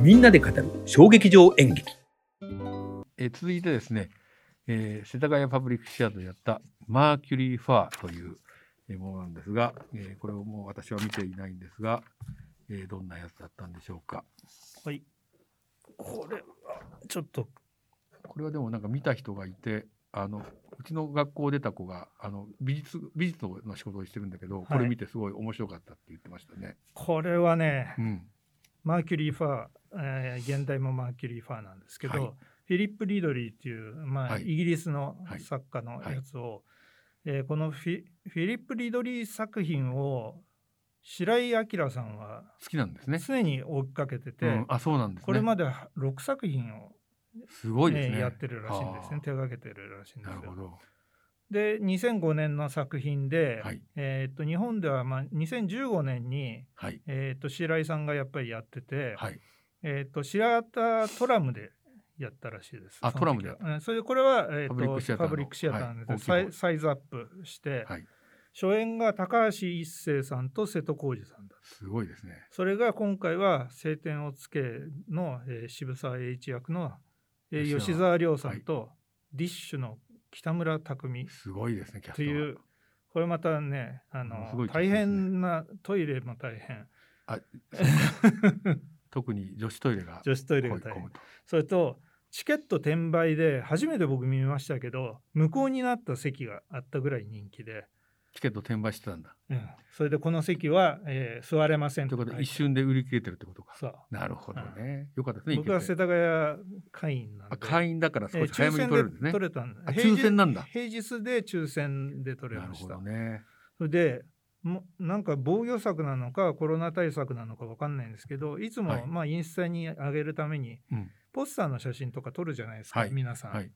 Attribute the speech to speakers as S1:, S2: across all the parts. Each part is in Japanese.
S1: みんなで語る小劇場演劇
S2: えー続いてですね、えー世田谷パブリックシアターでやった「マーキュリー・ファー」というえーものなんですが、えーこれをもう私は見ていないんですが、えーどんなやつだったんでしょうか
S3: はい。これは、ちょっと、
S2: これはでもなんか見た人がいてあのうちの学校出た子があの美術美術の仕事をしてるんだけど、これ見てすごい面白かったって言ってましたね。
S3: これはね、
S2: うん、
S3: マーキュリー・ファー、えー現代もマーキュリー・ファーなんですけど、
S2: はい
S3: フィリップ・リードリーっていう、まあ
S2: はい
S3: イギリスの
S2: はい
S3: 作家のやつを、えーこのフィフィリップ・リードリー作品を白井明さんは
S2: 好きなんですね。
S3: 常に追っかけてて、
S2: うん、あそうなんですね。
S3: これまで6作品を、
S2: すごいです
S3: ね
S2: ね。
S3: やってるらしいんですね
S2: は
S3: 手がけてるらしいん
S2: あ
S3: です
S2: な
S3: け
S2: る
S3: ど
S2: ほど。
S3: で2005年の作品で、
S2: はい
S3: えーっと日本では、まあ、2015年に、
S2: はい
S3: えーっと白井さんがやっぱりやってて、
S2: はい。
S3: えーっと白田トラムでやったらしいです。
S2: あ
S3: その時
S2: トラ
S3: はうん、それでこれは、えーっと
S2: パブリックシアターの
S3: パブリックシアターなんで、
S2: はい
S3: サ
S2: 大きい方
S3: イサイズアップして、
S2: はい。
S3: 初演が高橋一生さんと瀬戸康史さんだ
S2: すごいですね。
S3: それが今回は「青天を衝け」の、えー渋沢栄一役の、えー
S2: 吉沢
S3: 吉沢亮さんと、ディッシュの北村匠海
S2: すごいですね、キャス
S3: と
S2: ト
S3: い
S2: が
S3: うこれまたね
S2: も
S3: あ
S2: の
S3: の
S2: すごい
S3: 大変なトイレも大変
S2: 特に女子トイレが
S3: 女子トイレが大
S2: 混
S3: 変
S2: むと
S3: それとチケット転売で初めて僕見ましたけど無効になった席があったぐらい人気で、
S2: チケット転売してたんだ。
S3: うんそれでこの席は、えー座れません
S2: ということ
S3: 書
S2: で、
S3: い
S2: 一
S3: て
S2: 瞬で売り切れてるってことか。
S3: そう
S2: なるほどね。よかったですね、
S3: 僕は
S2: 行け
S3: 世
S2: て
S3: 田谷会員なんで
S2: あ会員だから
S3: えー
S2: 少し早めに取れるんですね。
S3: 抽選で取れたんで
S2: あ抽選なんだ
S3: 平日平日で抽選で取れ
S2: なる
S3: まし
S2: ほ
S3: た
S2: どね。
S3: それでもなんか防御策なのかコロナ対策なのかわかんないんですけどいつも、
S2: はい
S3: まあ、インスタに上げるために
S2: うん。
S3: ポスターの写真とか撮るじゃないですか、
S2: はい
S3: 皆さん、
S2: はい。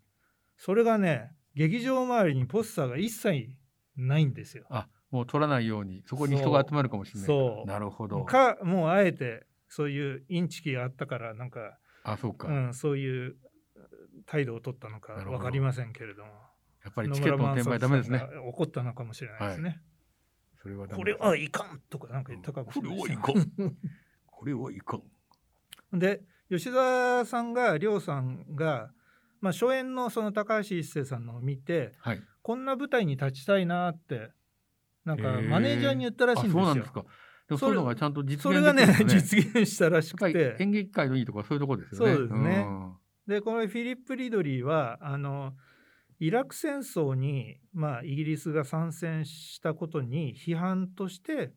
S3: それがね劇場周りにポスターが一切ないんですよ
S2: あ、もう取らないように、そこに人が集まるかもしれないから。
S3: そう
S2: なるほど。
S3: かもうあえてそういうインチキがあったからなんか、
S2: あ、そうか。
S3: う
S2: や
S3: ん、そういう態度を取ったのか
S2: なるほど
S3: わかりませんけれども
S2: っぱりチケットの転売ダメです
S3: 野
S2: ね
S3: 村。万斎さんが怒ったのかもしれないですね、
S2: それはダメ
S3: こ
S2: で
S3: れ
S2: すね
S3: はいかんとかなんか言ったかもしれない
S2: こ
S3: で
S2: れ
S3: す
S2: は
S3: ね
S2: いかん。これはいかん。
S3: で吉沢さんが亮さんが、まあ、初演のその高橋一生さんのを見て
S2: はい。
S3: こんな舞台に立ちたいなってなんか
S2: へー
S3: マネージャーに言ったらしいん
S2: あ、
S3: です
S2: そうな
S3: よ。
S2: んですか。でもそういうのがちゃんと実現
S3: それがね
S2: できるんです
S3: 実現したらし
S2: やっ
S3: く
S2: ぱり
S3: て
S2: 演劇界のいいとこはそういうところですよね。
S3: そうですね
S2: ん
S3: でこのフィリップ・リドリーはあのイラク戦争に、まあ、イギリスが参戦したことに批判として、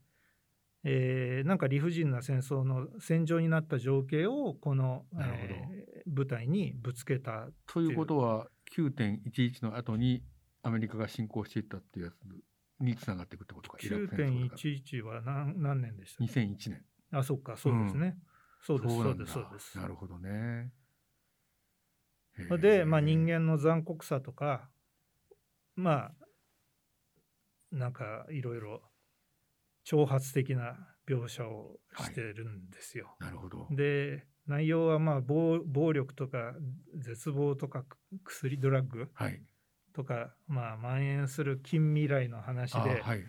S3: えーなんか理不尽な戦争の戦場になった情景をこの、
S2: なるほど
S3: えー舞台にぶつけた
S2: ということは9.11の後にアメリカが侵攻していったっていうやつにつながっていくってことか。イラク戦争だから
S3: 9.11は何何年でしたっけ
S2: 2001年。
S3: あそっかそうですね、そうですそう
S2: なん
S3: で
S2: だ
S3: すそうです
S2: なるほどね。へ
S3: そ
S2: ー
S3: れで、まあ、人間の残酷さとかまあなんかいろいろ挑発的な描写をしてるんですよ。
S2: なるほど。
S3: で内容はまあ暴暴力とか絶望とかく薬ドラッグ
S2: はい。
S3: とか、まあ、蔓延する近未来の話
S2: あ
S3: で
S2: はい。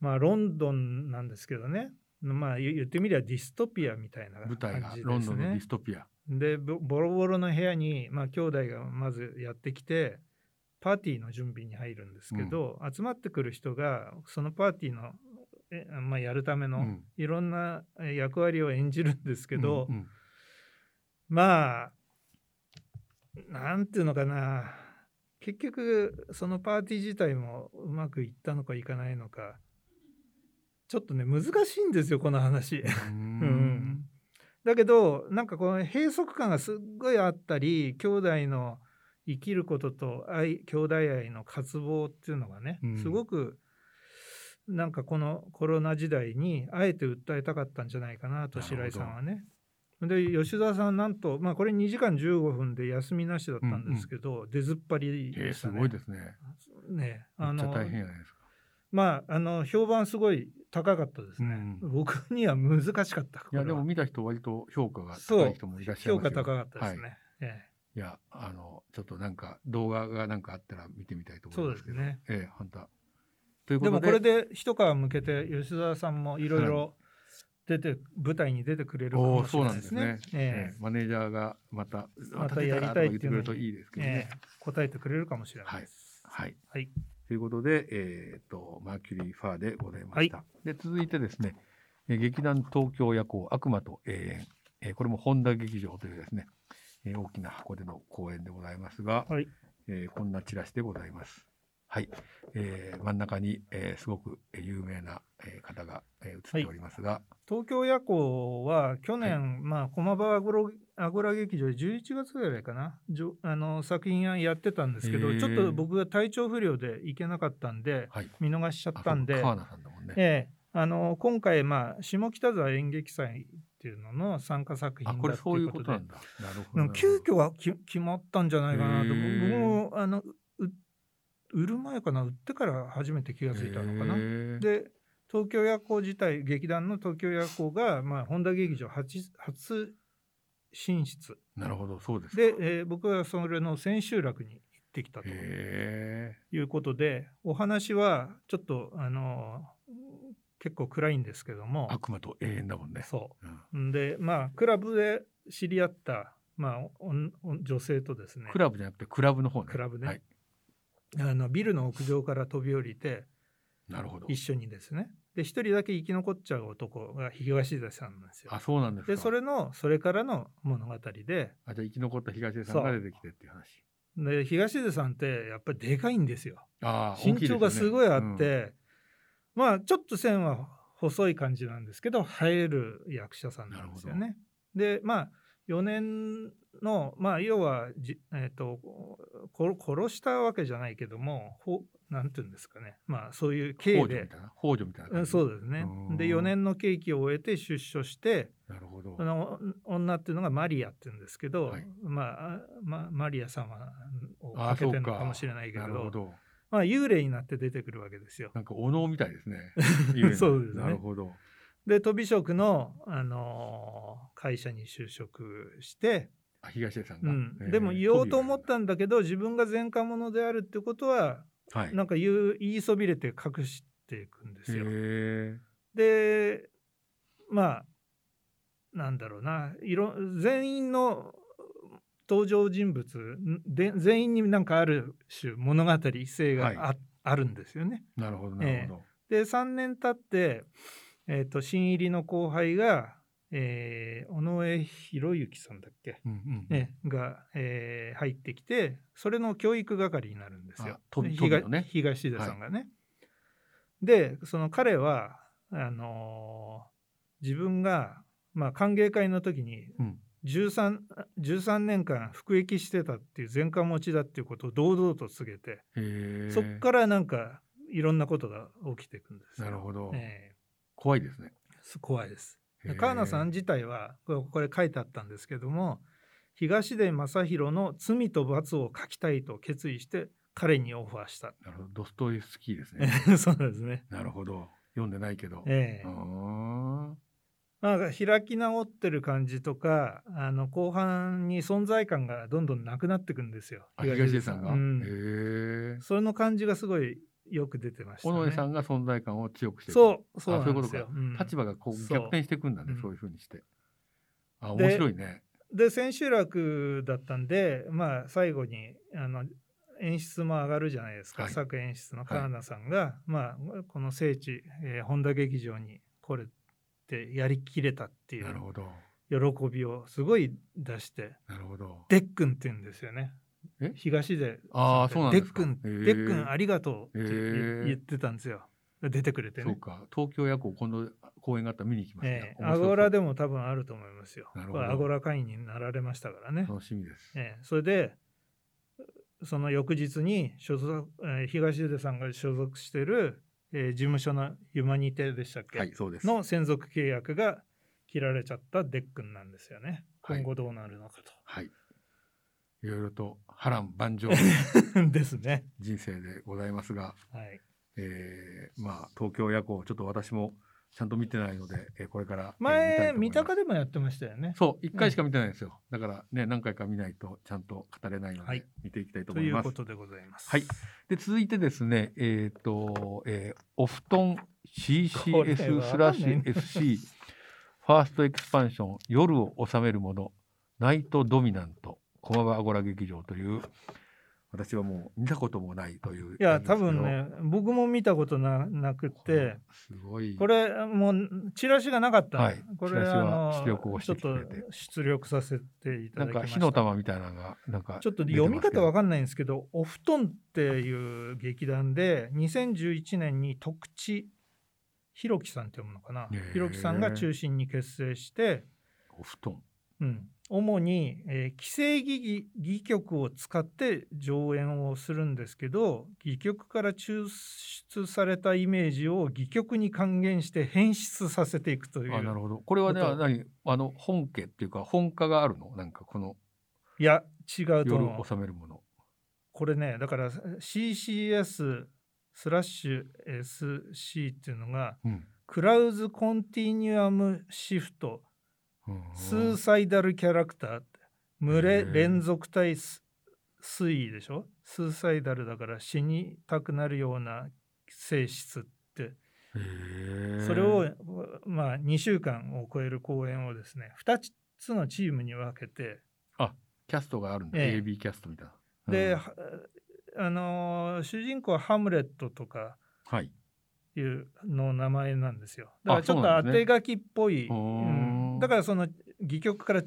S3: まあ、ロンドンなんですけどね、まあ、言言ってみりゃディストピアみたいな
S2: 舞台
S3: 感
S2: が
S3: じ
S2: ロ
S3: で
S2: ンド
S3: す
S2: ンのディ
S3: ね
S2: ス。トピア。
S3: でボボロボロの部屋に、まあ、兄弟がまずやってきてパーティーの準備に入るんですけど、集まってくる人がそのパーティーの、えまあ、やるため
S2: う
S3: の
S2: ん
S3: いろんなえ役割を演じるんですけど、
S2: うんうん
S3: まあなんていうのかな結局そのパーティー自体もうまくいったのかいかないのかちょっとね難しいんですよこの話。
S2: うー
S3: うん
S2: ん
S3: だけどなんかこの閉塞感がすっごいあったり兄弟の生きることと愛兄弟愛の渇望っていうのがね、
S2: うん
S3: すごくなんかこのコロナ時代にあえて訴えたかったんじゃないかなと
S2: なるほど
S3: 白井さんはね。で吉沢さんなんと、まあ、これ2時間15分で休みなしだったんですけど、出ずっぱり
S2: えー
S3: でし
S2: す
S3: たね。
S2: ごいですね。
S3: ね
S2: め
S3: あ
S2: っちゃ
S3: の
S2: 大変じゃないですか。
S3: まああの評判すごい高かったですね、
S2: う
S3: 僕には難しかった
S2: いやでも
S3: こ
S2: 見た人割と評価が
S3: そう
S2: 高い人もいらっしゃ
S3: れ
S2: い
S3: は評
S2: ます
S3: 価
S2: よ
S3: 高かったですね、
S2: はい
S3: ええ
S2: いやあのちょっとなんか動画がなんかあったら見てみたいと思
S3: そ
S2: いうま
S3: ですす
S2: けど。
S3: ね。
S2: ええ反対。というこ
S3: で
S2: と
S3: も
S2: で
S3: これで一皮向けて吉沢さんもいろい
S2: は
S3: ろ出て舞台に出てくれるか
S2: お
S3: も
S2: お
S3: し
S2: そ
S3: れ
S2: う
S3: な
S2: ないん
S3: で
S2: ですす
S3: ね
S2: ね。。
S3: え
S2: ええマネージャーがまた
S3: またやりたいってい
S2: また出とか言ってく
S3: うのに
S2: れるといいです
S3: え
S2: けどね
S3: え。え答えてくれるかもしれないです。
S2: はい。
S3: はい
S2: ということで、えー、とマーキュリー・ファーでございました。で続いてですね、えー劇団東京夜行悪魔と永遠、えーこれも本田劇場というですね、えー大きな箱での公演でございますが、
S3: はい
S2: えーこんなチラシでございます。はい、えー真ん中に、えーすごくえー有名なえー方がえー写っておりますが、
S3: 東京夜行は去年、まあ駒場アグロアゴラ劇場で11月ぐらいかなじょあの作品やってたんですけ
S2: へ
S3: ど
S2: え
S3: ちょっと僕が体調不良で行けなかったんで
S2: はい、
S3: 見逃しちゃったんで
S2: あそう川名さんだもんね。
S3: ええあの今回、まあ、下北沢演劇祭っていうのの参加作
S2: あ
S3: 品
S2: こ
S3: だ
S2: れ
S3: って
S2: そう
S3: い
S2: いうう
S3: こ
S2: ことと
S3: で
S2: なんだ。なるほど
S3: なんか急遽はき決まったんじゃないかな
S2: へ
S3: と
S2: え
S3: 僕もあのう売る前かな売ってから初めて気がついたのかな。
S2: なで
S3: で東京夜行自体劇団の東京夜行が、まあ、本田劇場初初進出
S2: なるほどそうですか。
S3: で、えー僕はそれの千秋楽に行ってきたと
S2: へ
S3: いうことでお話はちょっとあの結構暗いんですけども
S2: ー悪魔と永遠だもんね。
S3: そ
S2: うん
S3: うんでまあクラブで知り合った、まあ、おんおん女性とですね
S2: クラブじゃなくてクラブの方ね。
S3: クラブね
S2: はい。
S3: あのビルの屋上から飛び降りて
S2: なるほど
S3: 一。緒にですねで一人だけ生き残っちゃう男が東出さんなんですよ
S2: あ、。そうなんですか。
S3: でそれのそれからの物語で
S2: あじゃあ生き残った東出さんが
S3: そう
S2: 出てきてっていう話。
S3: で東出さんってやっぱりでかいんですよ
S2: あー
S3: 身長がすごいあっ。
S2: 大きですね
S3: て、まあちょっと線は細い感じなんですけど映える役者さんなんですよ
S2: な
S3: ね。でまあ4年のまあ要はじ、えー、とこ殺したわけじゃないけどもほなんていうんですかねまあそういう
S2: うん
S3: 刑
S2: 北条み
S3: で
S2: たいな。北条みたいな
S3: う
S2: 感
S3: ん
S2: じ。
S3: そうですね
S2: うん
S3: で4年の刑期を終えて出所して
S2: なるほど
S3: そ。の女っていうのがマリアっていうんですけど、
S2: はい
S3: まああまマリア様を
S2: あー
S3: かけてる
S2: そう
S3: の
S2: か
S3: かもしれないけ
S2: な
S3: れ
S2: る
S3: ど
S2: ほど。
S3: まあ、幽霊になって出てくるわけですよ。
S2: なんかお能みたいです ね。幽霊の
S3: そうですね
S2: なるほど。
S3: で飛び職の、あのー会社に就職して、
S2: あ東出さん
S3: う
S2: が。
S3: ん
S2: えー
S3: でも言おうと思っ。
S2: 飛
S3: たんだけど自分が前科者であるってことは
S2: びはい。
S3: なんか言う言いそびれて隠していくんですよ。
S2: へ
S3: でまあなんだろうないろ全員の登場人物で全員になんかある種物語性があ,、
S2: は
S3: あるんですよね。
S2: え。なるほどなるほど。
S3: で3年経って、えー、と新入りの後輩が、えー尾上博之さんだっけ、
S2: うんうん。
S3: ねが、えー入ってきてそれの教育係になるんですよ
S2: あと
S3: で
S2: とびのね
S3: 東東出さんがね。でその彼はあのー自分が、まあ、歓迎会の時に
S2: うん。
S3: 13, 13年間服役してたっていう前科持ちだっていうことを堂々と告げて。
S2: へえ。
S3: そっからなんかいろんなことが起きていくんですよ。
S2: なるほど
S3: え
S2: 怖いですね。
S3: えす怖いです。
S2: へえ
S3: 川名さん自体はこれこれ書いてあったんですけども東出昌大の「罪と罰を書きたい」と決意して彼にオファーした。
S2: なるほど。ドストエフスキーですね。
S3: そうですね。
S2: なるほど。読んでないけど。
S3: ええ
S2: うーん。
S3: まあ、開き直ってる感じとかあの後半に存在感がどんどんなくなっていくんですよ
S2: あ東出さんが。
S3: うん
S2: へえ。
S3: それの感じがすごいよく出てました
S2: 尾
S3: ね。
S2: 上さんが存在感を強くしていく
S3: そうそ
S2: あ
S3: うなんですよ
S2: そういうことか。立
S3: 場
S2: 場がこ
S3: そう
S2: う逆転していくんだね
S3: うん
S2: そういうふうにして。あ
S3: で
S2: 面白いね。
S3: で千秋楽だったんで、まあ、最後にあの演出も上がるじゃないですか、
S2: はい
S3: 作演出の川名さんが、まあ、この聖地、えー本田劇場に来れてやりきれたってい
S2: なる
S3: う
S2: ほど。
S3: 喜びをすごい出して
S2: なるほど。
S3: でっくんって言うんですよね
S2: え
S3: 東で
S2: ああそうなんですか
S3: でっく
S2: へ
S3: ん
S2: ー
S3: でっくんありがとうって言
S2: へー
S3: 言ってたんですよ出てくれて
S2: そう
S3: ね
S2: か。東京夜行今度公演があったら見に行きます
S3: え
S2: ね。
S3: え
S2: 面
S3: ア
S2: 白そう
S3: ゴラでも多分あると思いますよ
S2: なるほど
S3: これアゴラ会員になられましたからね
S2: 楽しみです。
S3: ええそれでその翌日に所属、えー東出さんが所属している、えー事務所のユマニテでしたっけ、
S2: はいそうです。
S3: の専属契約が切られちゃったデックンなんですよね
S2: はい
S3: 今後どうなるのか
S2: はい。いろいろと波乱万 丈な
S3: と、ですね
S2: 人生でございますが。
S3: はい
S2: えーまあ東京夜行ちょっと私もちゃんと見てないので、えーこれから、えー見たいと
S3: 前
S2: 思います
S3: 三鷹でもやってましたよね
S2: そう一回しか見てないんですよ、だからね何回か見ないとちゃんと語れないので、
S3: はい
S2: 見ていきたいと
S3: と
S2: 思い
S3: いう
S2: ます
S3: ことでございます
S2: はいで続いてですねえっ、と、えーお布団
S3: これは
S2: CCS スラッシュ SC ファーストエクスパンション、夜を治めるもの、ナイトドミナント、駒場アゴラ劇場という、私はもう見たこともないという。
S3: いや多分。ね僕も見たことななくて
S2: すごい。
S3: これもうチラシがなかった、
S2: はい
S3: こ
S2: チラ
S3: れ
S2: シ
S3: あ
S2: は
S3: の
S2: 出力を
S3: ち
S2: し
S3: ょっ
S2: き
S3: て
S2: て
S3: と
S2: くれて
S3: 出力させてい
S2: な
S3: ただ
S2: ん
S3: きま
S2: か
S3: し
S2: 火
S3: た
S2: の玉みたいなのが、なんか。
S3: ちょっと読み方わ
S2: か
S3: かんないんですけど「お布団」っていう劇団で2011年に徳地弘樹さんって読むのかな
S2: へー
S3: 弘樹さんが中心に結成して、
S2: お布団。
S3: うん、主に、えー既成戯戯曲を使って上演をするんですけど戯曲から抽出されたイメージを戯曲に還元して変質させていくとい
S2: あ、なる
S3: う
S2: ほど。これはね、
S3: こと
S2: 何、あの本家っていうか、本家があるの、なんかこの
S3: いや違うと
S2: 夜
S3: 思う
S2: を。治めるもの。
S3: これねだから CCS スラッシュ SC っていうのが
S2: うん。
S3: クラウズ・コンティニュアム・シフト
S2: うん
S3: スーサイダル・キャラクターって群
S2: へ
S3: れ
S2: ー
S3: 連続体す推移でしょスーサイダルだから死にたくなるような性質って
S2: へー
S3: それをまあ2週間を超える公演をですね2つのチームに分けて
S2: キャストがあるんだ、
S3: ええ
S2: AB キャストみたいな。
S3: で、
S2: うん
S3: はあのー主人公はハムレットとか
S2: はい。
S3: いうの名前なんですよ。だから
S2: あ
S3: ちょっ
S2: そうな
S3: と
S2: んで
S3: 当
S2: すね
S3: て書きっぽい、
S2: うーん
S3: うんだからその戯曲から抽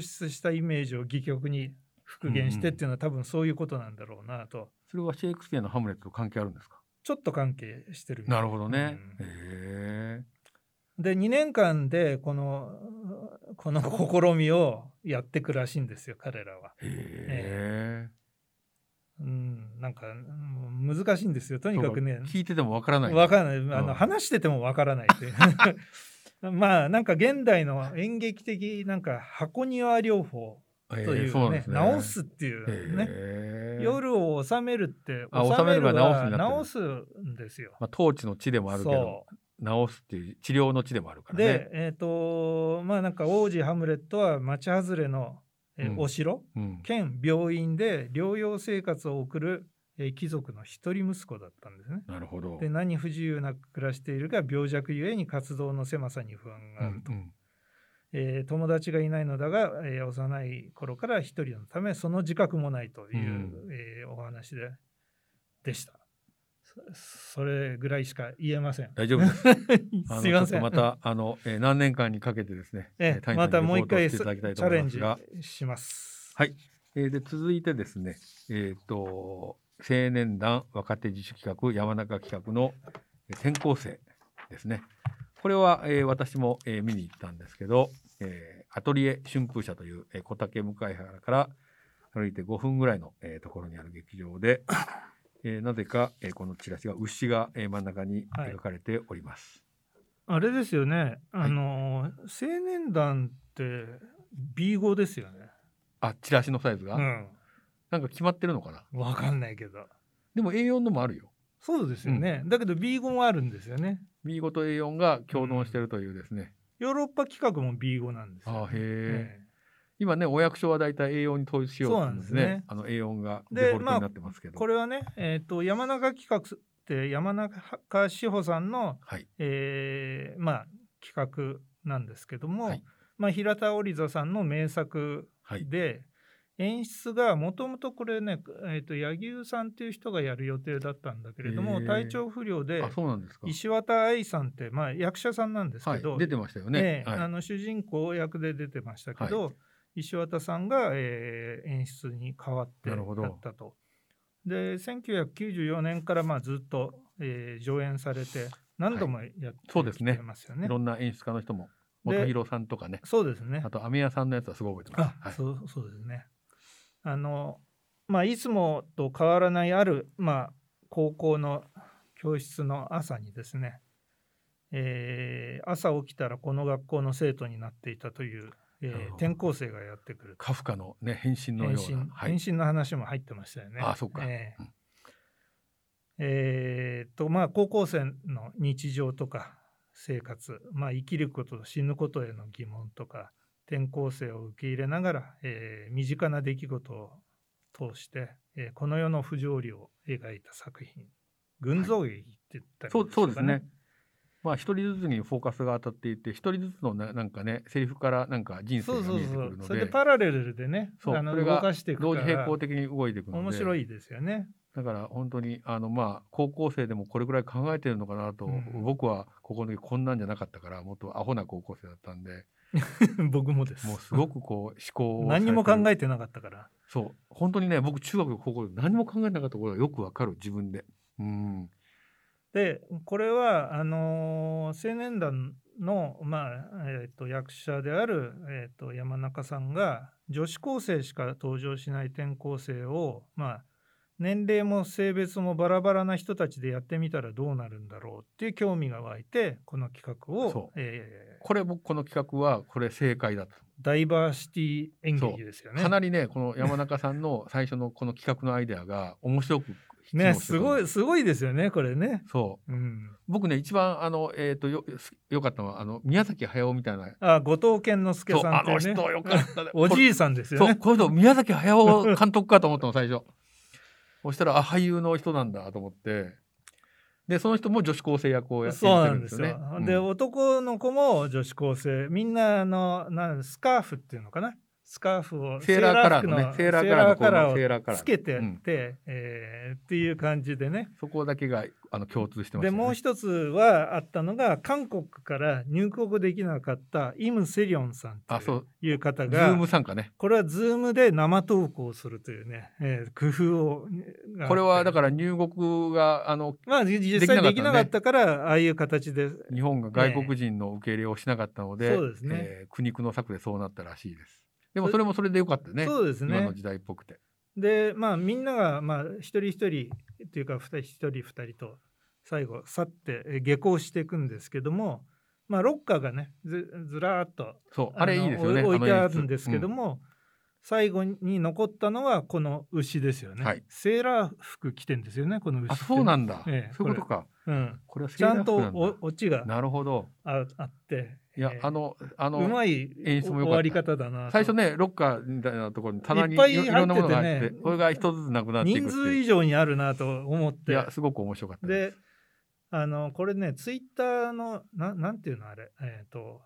S3: 出したイメージを戯曲に復元してっていうのは多分そういうことなんだろうなと
S2: それはシェイクスピアのハムレットと関係あるんですか。
S3: ちょっと関係してるみたい
S2: なるほどね。
S3: う
S2: へ
S3: ん
S2: え。
S3: で2年間でこのこの試みをやってくらしいんですよ彼らは。
S2: へえ。
S3: うん、なんかうん難しいんですよとにかくね
S2: そうか聞いててもわからない。
S3: わ
S2: ない。
S3: からない、あ
S2: う
S3: の
S2: ん
S3: 話しててもわからないっていう まあなんか現代の演劇的なんか箱庭療法という,、ね
S2: そうなんですね。
S3: 直すっていうね、
S2: ね
S3: 夜を治めるって
S2: あ
S3: 治める
S2: 治めるが
S3: は
S2: 直
S3: 直
S2: す
S3: すんですよ。
S2: まあ、統治の地でもあるけど、
S3: そ
S2: 治すっていう治療の地でもあるから
S3: う
S2: ね。
S3: で、えっ、とまあなんか王子ハムレットは町外れの、えー
S2: うん
S3: お城
S2: うん、
S3: 兼病院で療養生活を送る、えー貴族の一人息子だったんですね。
S2: なるほど。
S3: で何不自由なく暮らしているが病弱ゆえに活動の狭さに不安があると、
S2: うん
S3: えー友達がいないのだが、えー幼い頃から一人のためその自覚もないという、
S2: う
S3: えーお話ででしたそそれぐらいしか言えま せん
S2: 大丈夫です。あの
S3: すいま
S2: ちょ
S3: せ
S2: っと
S3: ん
S2: また、あの、えー何年間にかけてですね。谷
S3: ええ
S2: さん
S3: ま
S2: に
S3: たもう一回
S2: レポートしていただきたいと
S3: チャ
S2: 思
S3: レ
S2: い
S3: ン
S2: ま
S3: ジ
S2: すが。
S3: します
S2: はいえーで、続いてですね。えっ、と、青年団若手自主企画山中企画のえー転校生ですね。これは、えー私も、えー見に行ったんですけど、えーアトリエ春風社という、えー小竹向原から歩いて5分ぐらいの、えーところにある劇場で、えーなぜか、えーこのチラシが牛が、えー真ん中に
S3: はい
S2: 描かれております。
S3: あれですよねあのー、青年団って B5 ですよね
S2: あ、チラシのサイズが、
S3: うん
S2: なんか決まってるのかな
S3: わかんないけど
S2: でも A4 のもあるよ。
S3: そうですよね、だけど B5 もあるんですよね
S2: B5 と A4 が共存してるというですね。
S3: ヨーロッパ企画も B5 なんですよ、
S2: あーへえ。
S3: え
S2: 今ね、お役所はだいたい A4 に統一しようってんですね。
S3: そうなんですね
S2: あの A4 が
S3: で
S2: デフォルト
S3: まあ
S2: になってますけ
S3: え
S2: ど。
S3: これはね、えー、と山中企画って山中志保さんの、
S2: はい。
S3: えーまあ、企画なんですけども、
S2: はい
S3: まあ、平田織座さんの名作
S2: はい。
S3: で、演出がもともとこれね、えー、と柳生さんっていう人がやる予定だったんだけれども
S2: へえ
S3: 体調不良で
S2: あ、そうなんですか。
S3: 石渡愛さんって、まあ、役者さんなんです
S2: は
S3: け
S2: い
S3: ど、。
S2: 出てましたよね。
S3: ね
S2: はい
S3: あの主人公役で出てましたけど、石渡さんが、えー演出に変わって
S2: なるほど
S3: やったと。で1994年からまあずっと、えー上演されて何度もやって
S2: そうですね
S3: きてますよね。
S2: いろんな演出家の人も、
S3: で
S2: 元弘さんとかね。
S3: そうですね
S2: あ。と、飴屋さんのやつはすごい覚えてま
S3: あ
S2: す。はい。
S3: そうそうですね。あのまあいつもと変わらないある、まあ、高校の教室の朝にですね、えー朝起きたらこの学校の生徒になっていたという、えー
S2: なるほど
S3: 転校生がやってくると
S2: カフカのね、変身の
S3: 変
S2: よう
S3: 身
S2: な。はい。
S3: 変身の話も入ってましたよね。
S2: あそっか
S3: えー
S2: うん
S3: えーっとまあ高校生の日常とか生活、まあ、生きること死ぬことへの疑問とか転校生を受け入れながら、えー身近な出来事を通して、えーこの世の不条理を描いた作品群像劇って言ったり
S2: そう、そうですね。まあ一人ずつにフォーカスが当たっていて一人ずつのななんかねセリフからなんか人生
S3: そう
S2: が
S3: そう
S2: 見えてく
S3: そ
S2: る
S3: う
S2: の
S3: それで
S2: で
S3: パラレルでね
S2: そう
S3: あの
S2: これ
S3: 動
S2: が
S3: かしていくから
S2: 同時並行的に動いていくので
S3: 面白いですよね。
S2: だから本当にあのまあ高校生でもこれぐらい考えてるのかなと、
S3: うん
S2: 僕はここの時こんなんじゃなかったからもっとアホな高校生だったんで
S3: 僕もです。
S2: もうすごくこう思考を
S3: 何にも考
S2: え
S3: えてなかったから。
S2: そう本当にね僕中学高校で何も考えなかったことがよくわかる自分でうん
S3: でこれはあのー青年団の、まあえー、と役者である、えー、と山中さんが女子高生しか登場しない転校生を、まあ、年齢も性別もバラバラな人たちでやってみたらどうなるんだろうっていう興味が湧いてこの企画を
S2: そ、
S3: えー
S2: これ僕この企画はこれ正解だと、
S3: ダイバーシティ演劇ですよね。
S2: かなりねこの山中さんの最初のこの企画のアイデアが 面白く機能
S3: ね
S2: してた
S3: すごいすごいですよねこれね。
S2: そう
S3: うん、
S2: 僕ね一番あのえっ、とよよかったのはあの宮崎駿みたいな
S3: あ後藤健之介
S2: そう
S3: さん
S2: あ
S3: ってい
S2: の
S3: うね
S2: 人よかったね
S3: おじいさんですよ
S2: そう、
S3: ね。
S2: この人、宮崎駿監督かと思ったの、最初。そしたら、あ、俳優の人なんだと思って。で、その人も女子高生役をやって
S3: そうな
S2: る
S3: ん
S2: ん
S3: で
S2: ですすよね
S3: よ。。で、
S2: うん
S3: 男の子も女子高生、みんなあの、なんスカーフっていうのかな。スカーフを
S2: セーラーカラーのね、
S3: セ
S2: セ
S3: ー
S2: ー
S3: ラ
S2: ラー
S3: ーカ
S2: カ
S3: ラ
S2: ラ
S3: ー
S2: ーの
S3: セーラーカ
S2: このセーラーカラー
S3: ラーをつけてって、
S2: うん
S3: えーっていう感じでね。
S2: そこだけがあの共通してましたよ
S3: で
S2: ね。
S3: もう一つはあったのが韓国から入国できなかったイム・セリョンさん
S2: あ、そ
S3: と
S2: う、
S3: いう方
S2: ズー
S3: が
S2: ム参加ね。
S3: これはズームで生投稿するというね、えー工夫をがあって
S2: これはだから入国が、あの、
S3: まあじ実際で
S2: で
S3: き
S2: きな
S3: なか
S2: か
S3: っ
S2: った
S3: からああいう形で
S2: 日本が外国人の受け入れをしなかったので、
S3: そうですね
S2: えー苦肉の策でそうなったらしいです。でもそれもそれでよかったね。
S3: そうです
S2: 今
S3: ね
S2: の時代っぽくて。
S3: でまあみんながまあ一人一人というか二人一人二人と最後去ってえ下校していくんですけどもまあロッカーがねずずらーっと
S2: そう、あれ
S3: の
S2: いいですよね。
S3: お置いて
S2: の
S3: あ
S2: 演出
S3: るんですけど
S2: うん
S3: も、最後に残ったのはこの牛ですよね、
S2: はい
S3: セーラー服着てんですよねこの牛って
S2: あ、そうなんだ。
S3: ええ
S2: そういうことか。
S3: うん
S2: これはセ
S3: ち
S2: ー
S3: ゃ
S2: ラー
S3: ん
S2: 服
S3: と
S2: なんだ
S3: おオチが
S2: なるほど。
S3: ああって
S2: いや、
S3: えー
S2: あの、あ
S3: う
S2: の、
S3: まい
S2: 演出も良
S3: 終
S2: かった
S3: わり方だなと
S2: 最初ね、ロッカーみたいなところに棚にい
S3: いっぱ
S2: ろ
S3: い
S2: い
S3: 入っててね
S2: ろんなものが入ってて、これが一つずつなくなっていくってい
S3: 人
S2: う。
S3: 数以上にあるなと思っ
S2: い
S3: て
S2: や、すごく面白かった
S3: で
S2: で
S3: あのこれねツイッターのななんていうのあれえっ、と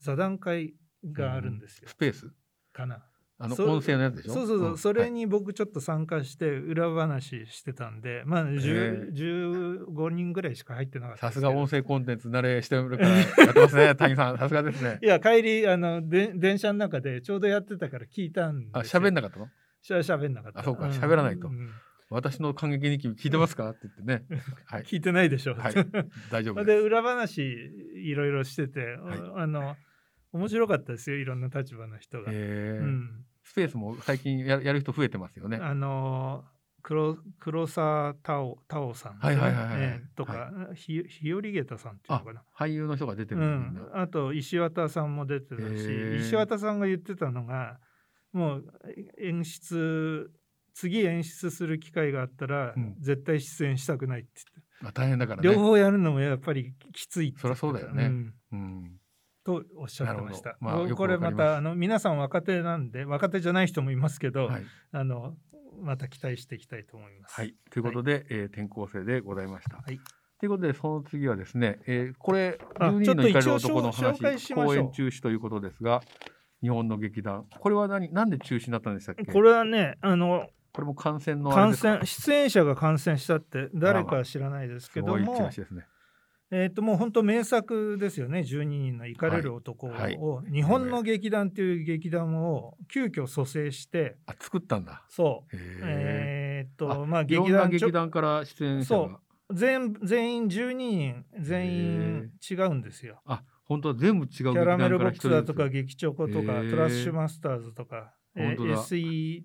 S3: 座談会があるんですよ
S2: す。、スペース
S3: かな
S2: あの、
S3: そ
S2: 音声のやつでしょ
S3: そうそうそう、
S2: ん
S3: それ
S2: はい
S3: に僕ちょっと参加して裏話してたんでまあ10
S2: へ
S3: 15人ぐらいしか入ってなかったん
S2: さ
S3: です
S2: す
S3: けど
S2: が音声コンテンツ慣れしてるからやって ますね、谷さん。さすがですね
S3: い。や帰りあので電車の中でちょうどやってたから聞いたんで
S2: あ、喋ん
S3: な
S2: なかったの
S3: しゃ喋んなかった
S2: あそうか
S3: ん
S2: 喋らないと
S3: ん
S2: 私の感激日記聞いてますかって言ってね。 はい。
S3: 聞いてないでしょ、
S2: はい大丈夫
S3: で
S2: です。
S3: 裏話いろいろしてて、
S2: はい
S3: あの面白かったですよいろんな立場の人が。
S2: え
S3: う
S2: ー
S3: ん、
S2: スペースも最近ややる人増えてますよね。
S3: あの黒黒沢太オ太オさん、
S2: はいはいはいはい
S3: ええとか、ひひよりげたさんっていうのかな。
S2: 俳優の人が出て
S3: う
S2: るんだ
S3: ん、あと石渡さんも出てた
S2: へー
S3: し石渡さんが言ってたのがもう演出次演出する機会があったら、
S2: うん
S3: 絶対出演したくないって言って
S2: まあ、大変だから
S3: た、
S2: ね。
S3: 両方やるのもやっぱりきついって言ってた
S2: そりゃそうだよね
S3: ん
S2: うん
S3: とおっしゃってました。
S2: なるほどまあ
S3: こ
S2: よく
S3: こ
S2: わか
S3: れ
S2: りま
S3: ますたあの皆さん若手なんで若手じゃない人もいますけど、
S2: はい、
S3: あのまた期待していきたいと思います。
S2: はい、ということで、えー転校生でございました。
S3: はい
S2: ということでその次はですね、えーこれ「
S3: あ
S2: 12人の怒りの男」の
S3: ちょっと一応紹紹介し
S2: 話
S3: ましょう
S2: 公演中止ということですが日本の劇団これは何なんで中止になったんでしたっけ
S3: これはねあの
S2: これも感染のあれ
S3: 感
S2: ですか
S3: 染出演者が感染したって誰かは知らないですけど
S2: すごいチ
S3: も
S2: ラシですね。
S3: えー、ともう本当名作ですよね「12人の怒れる男を」
S2: はい
S3: 日本の劇団という劇団を急遽蘇生して
S2: あ作ったんだ。
S3: そう
S2: へえ。
S3: えっ、と
S2: あ
S3: まあ
S2: いろ
S3: 劇
S2: んな
S3: 団ちょ
S2: 劇団から出演者
S3: そう
S2: が
S3: 全全員12人全員違うんですよ。
S2: あ本当は全部違う劇
S3: キャ
S2: 団か
S3: ラメルボ
S2: ら
S3: ッ
S2: 一
S3: クス
S2: 人
S3: だ
S2: ず
S3: と
S2: つ
S3: か劇チョコとか、
S2: へー
S3: トラッシュマスターズとか、え
S2: 本当だ
S3: ー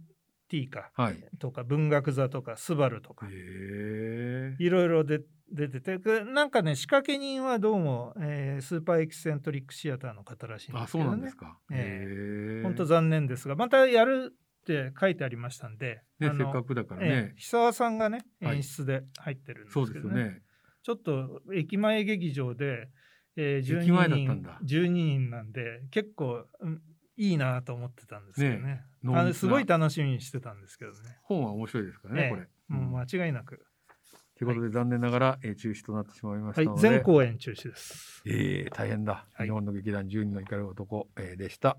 S3: SET か
S2: はい。
S3: とか文学座とかスバルとか
S2: へえ。
S3: いろいろで出ててくなんかね仕掛け人はどうも、えースーパーエキセントリックシアターの方らしいんで
S2: あ
S3: すけ
S2: そう
S3: ど
S2: なん
S3: ね
S2: ですか。
S3: え
S2: へえ。
S3: 本当残念ですがまたやるって書いてありましたんで、
S2: ね、
S3: あ
S2: せっか
S3: の
S2: くだから
S3: え
S2: ね
S3: ー、久沢さんがね
S2: はい
S3: 演出で入ってるんです
S2: そ
S3: けど
S2: うで
S3: ね,、
S2: すよね。
S3: ちょっと駅前劇場で、えー、12
S2: 駅前だった
S3: 人
S2: んだ
S3: 12人なんで結構、うんいいなと思ってたんですけどね
S2: 濃密な
S3: あのすごい楽しみにしてたんですけどね、
S2: 本は面白いですからね、
S3: ええ
S2: これ。
S3: もう間違いなく
S2: ということで、残念ながら、えー中止となってしまいました
S3: はい
S2: の、で、
S3: 全公演中止です。
S2: えー大変だ、
S3: はい
S2: 日本の劇団十人の怒る男、えーでした。